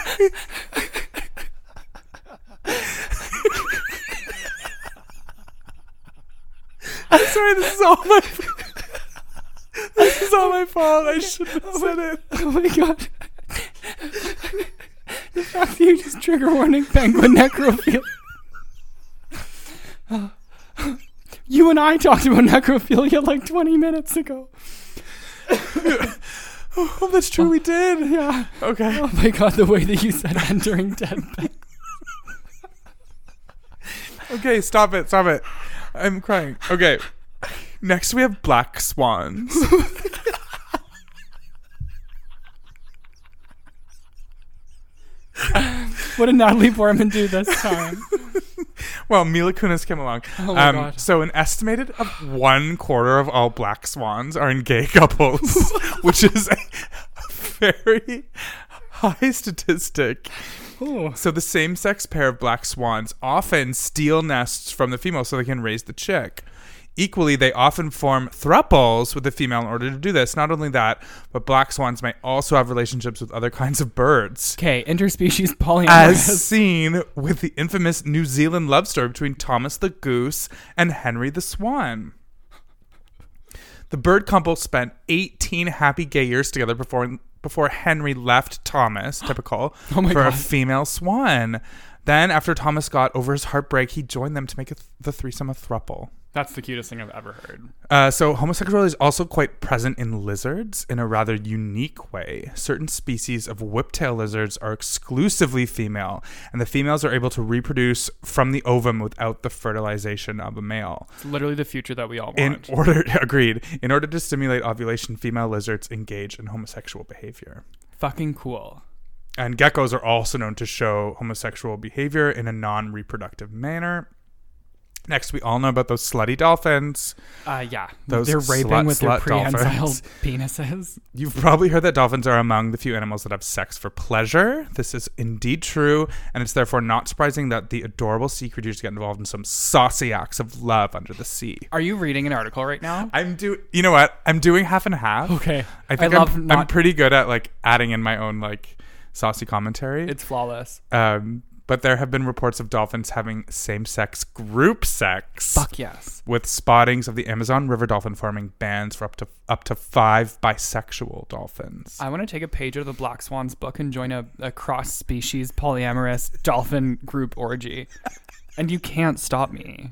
I'm sorry, this is all my This is all my fault. I shouldn't have said it. Oh my god. the fact that you just trigger warning penguin necrophilia. you and I talked about necrophilia like 20 minutes ago. Oh, that's true, we did. Yeah. Okay. Oh my god, the way that you said entering dead pet. Okay, stop it, stop it. I'm crying. Okay. Next we have black swans. What did Natalie Portman do this time? Well, Mila Kunis came along. Um, Oh my God. So, an estimated of one quarter of all black swans are in gay couples, which is a very high statistic. Oh. So, the same sex pair of black swans often steal nests from the female so they can raise the chick. Equally, they often form thruples with the female in order to do this. Not only that, but black swans may also have relationships with other kinds of birds Okay, interspecies polyamorous. as seen with the infamous New Zealand love story between Thomas the Goose and Henry the Swan. The bird couple spent 18 happy gay years together before before Henry left Thomas, typical, Oh my for a God. female swan. Then, after Thomas got over his heartbreak, he joined them to make a th- the threesome a thruple. That's the cutest thing I've ever heard. Uh, so homosexuality is also quite present in lizards in a rather unique way. Certain species of whiptail lizards are exclusively female, and the females are able to reproduce from the ovum without the fertilization of a male. It's literally the future that we all want. In order, agreed. In order to stimulate ovulation, female lizards engage in homosexual behavior. Fucking cool. And geckos are also known to show homosexual behavior in a non-reproductive manner. Next, we all know about those slutty dolphins. Uh, yeah. Those They're raping slut- with their slut prehensile dolphins. penises. You've probably heard that dolphins are among the few animals that have sex for pleasure. This is indeed true, and it's therefore not surprising that the adorable sea creatures get involved in some saucy acts of love under the sea. Are you reading an article right now? I'm do you know what? I'm doing half and half. Okay. I think I I love am not- I'm pretty good at like adding in my own like saucy commentary. It's flawless. um but there have been reports of dolphins having same-sex group sex. Fuck yes. With spottings of the Amazon River dolphin forming bands for up to up to five bisexual dolphins. I want to take a page out of the Black Swan's book and join a, a cross species polyamorous dolphin group orgy. And you can't stop me.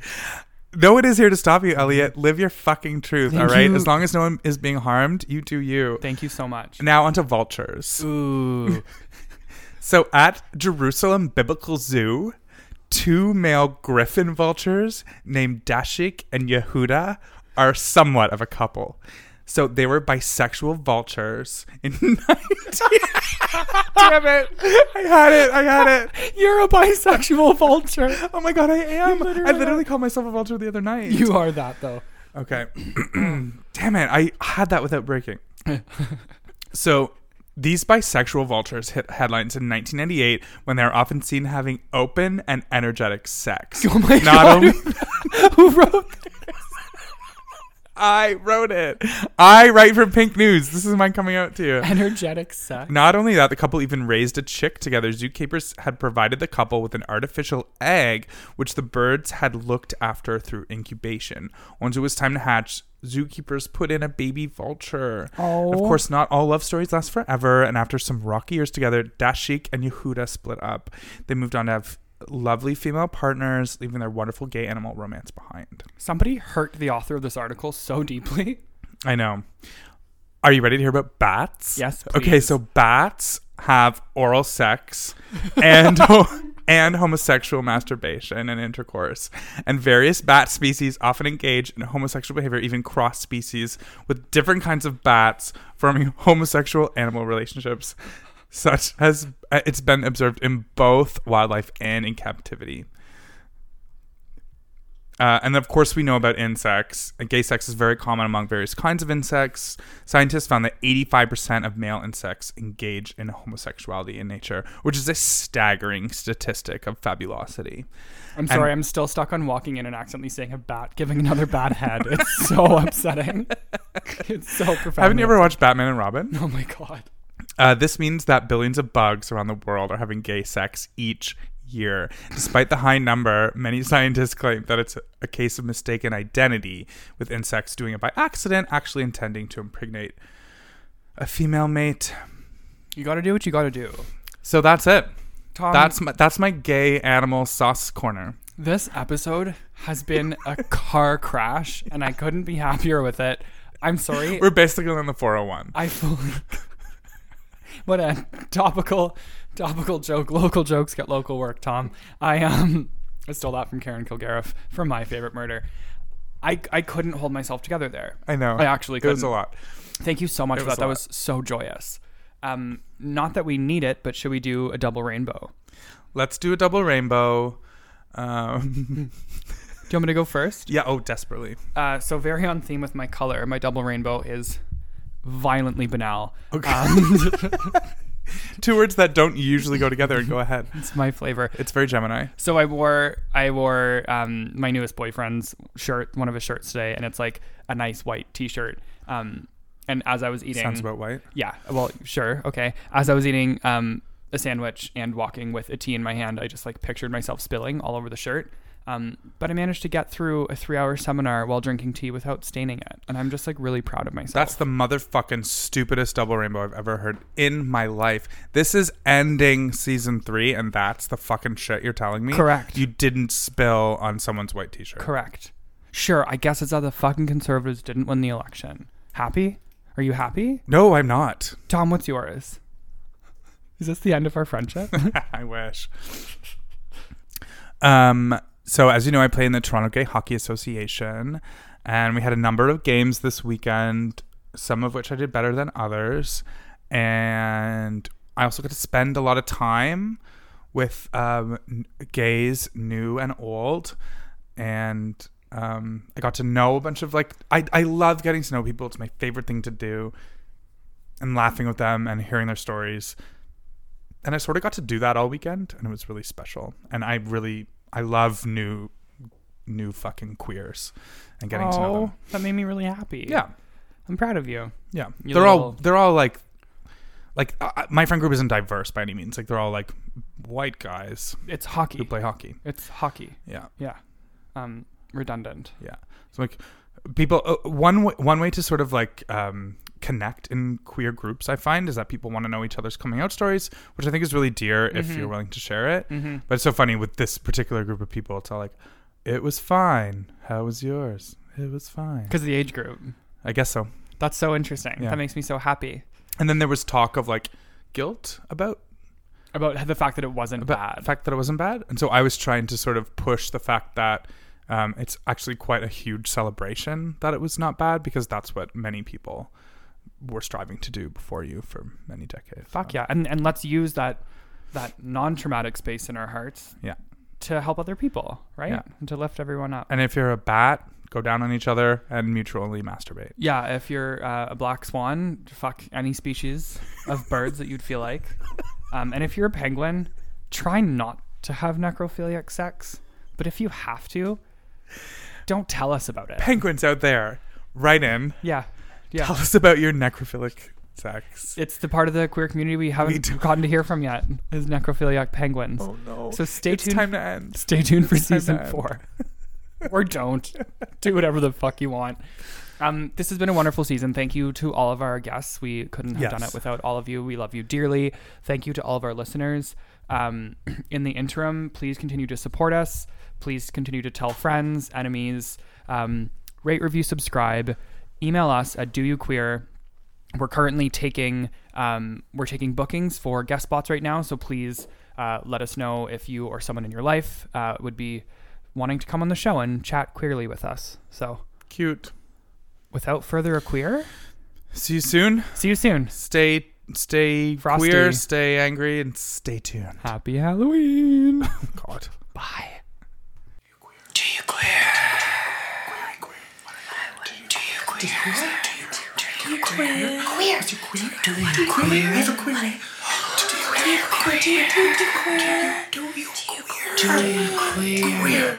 No one is here to stop you, Elliot. Live your fucking truth, Thank all right? you. As long as no one is being harmed, you do you. Thank you so much. Now onto vultures. Ooh. So at Jerusalem Biblical Zoo, two male griffin vultures named Dashik and Yehuda are somewhat of a couple. So they were bisexual vultures in 19 Damn it. I had it. I had it. You're a bisexual vulture. Oh my god, I am. I literally- literally called myself a vulture the other night. You are that, though. Okay. Damn it. I had that without breaking. so these bisexual vultures hit headlines in 1998 when they are often seen having open and energetic sex. Oh my Not God. only Who wrote that? I wrote it. I write for Pink News. This is mine coming out to you. energetic sex? Not only that, the couple even raised a chick together. Zookeepers had provided the couple with an artificial egg, which the birds had looked after through incubation. Once it was time to hatch, zookeepers put in a baby vulture. Oh. Of course, not all love stories last forever, and after some rocky years together, Dashik and Yehuda split up. They moved on to have lovely female partners, leaving their wonderful gay animal romance behind. Somebody hurt the author of this article so deeply. I know. Are you ready to hear about bats? Yes, Okay, please. so bats have oral sex and and homosexual masturbation and intercourse. And various bat species often engage in homosexual behavior, even cross species, with different kinds of bats forming homosexual animal relationships. Such as uh, it's been observed in both wildlife and in captivity. Uh, and of course, we know about insects. Uh, Gay sex is very common among various kinds of insects. Scientists found that 85% of male insects engage in homosexuality in nature, which is a staggering statistic of fabulosity. I'm sorry, I'm still stuck on walking in and accidentally seeing a bat giving another bat head. It's so upsetting. It's so profound. Haven't you ever watched Batman and Robin? Oh my god. Uh, this means that billions of bugs around the world are having gay sex each year. Despite the high number, many scientists claim that it's a case of mistaken identity, with insects doing it by accident, actually intending to impregnate a female mate. You got to do what you got to do. So that's it. Tom, That's my, that's my gay animal sauce corner. this episode has been a car crash, and I couldn't be happier with it. I'm sorry. We're basically on the 401. I fully. what a topical, topical joke. Local jokes get local work, Tom. I um, I stole that from Karen Kilgariff from My Favorite Murder. I, I couldn't hold myself together there. I know. I actually It was a couldn't. lot. Thank you so much for was that. a That lot. was so joyous. Um, not that we need it, but should we do a double rainbow? Let's do a double rainbow. Um, Do you want me to go first? yeah, oh, desperately. Uh, so very on theme with my color. My double rainbow is violently banal. Okay. Um, Two words that don't usually go together and go ahead. it's my flavor. It's very Gemini. So I wore I wore um, my newest boyfriend's shirt, one of his shirts today, and it's like a nice white T-shirt. Um, and as I was eating, Sounds about white. yeah, well, sure, okay. As I was eating um, a sandwich and walking with a tea in my hand, I just like pictured myself spilling all over the shirt. Um, but I managed to get through a three-hour seminar while drinking tea without staining it, and I'm just like really proud of myself. That's the motherfucking stupidest double rainbow I've ever heard in my life. This is ending season three, and that's the fucking shit you're telling me. Correct. You didn't spill on someone's white t shirt. correct. Sure, I guess it's how the fucking conservatives didn't win the election. Happy? Are you happy? No, I'm not. Tom, what's yours? Is this the end of our friendship? I wish. Um, so as you know, I play in the Toronto Gay Hockey Association, and we had a number of games this weekend, some of which I did better than others, and I also got to spend a lot of time with um, n- gays, new and old, and um, I got to know a bunch of like I I love getting to know people. It's my favorite thing to do, and laughing with them and hearing their stories and I sort of got to do that all weekend, and it was really special. And I really, I love new, new fucking queers, and getting to know them. Oh, that made me really happy. Yeah, I'm proud of you. yeah. You they're all, little- they're all like, like uh, uh, my friend group isn't diverse by any means. Like they're all like white guys It's hockey. who play hockey. It's hockey. Yeah, Yeah. Um, redundant. yeah. So like people, uh, one w- one way to sort of like um, connect in queer groups, I find, is that people want to know each other's coming out stories, which I think is really dear if you're willing to share it. Mm-hmm. But it's so funny with this particular group of people. It's all like, it was fine. How was yours? It was fine. Because of the age group. I guess so. That's so interesting. Yeah. That makes me so happy And then there was talk of like guilt about, about the fact that it wasn't about the bad. fact that it wasn't bad. And so I was trying to sort of push the fact that um, it's actually quite a huge celebration that it was not bad because that's what many people were striving to do before you for many decades. Fuck yeah. And and let's use that that non-traumatic space in our hearts. Yeah. To help other people, right? Yeah. And to lift everyone up. And if you're a bat, go down on each other and mutually masturbate. Yeah, if you're uh, a black swan, fuck any species of birds that you'd feel like. Um, and if you're a penguin, try not to have necrophiliac sex. But if you have to, don't tell us about it. Penguins out there, right in. Yeah, yeah. Tell us about your necrophilic sex. It's the part of the queer community we haven't do- gotten to hear from yet. Is necrophiliac penguins. Oh no. So stay it's tuned. time to end. Stay tuned for It's time to season end. four. or don't. Do whatever the fuck you want. Um, this has been a wonderful season. Thank you to all of our guests. We couldn't have done Yes. it without all of you. We love you dearly. Thank you to all of our listeners. Um, in the interim, please continue to support us. Please continue to tell friends, enemies. Um, rate, review, subscribe. Email us at doyouqueer we're currently taking um, we're taking bookings for guest spots right now so please uh, let us know if you or someone in your life uh, would be wanting to come on the show and chat queerly with us so Cute. without further a queer See you soon. see you soon Stay stay Frosty. queer, stay angry, and stay tuned. happy halloween God. bye Do you queer? Do you queer? Do you queer? Queer. Do you queer? Do you queer? Do you queer? Do you queer? Do you queer? Do you queer? Do you queer?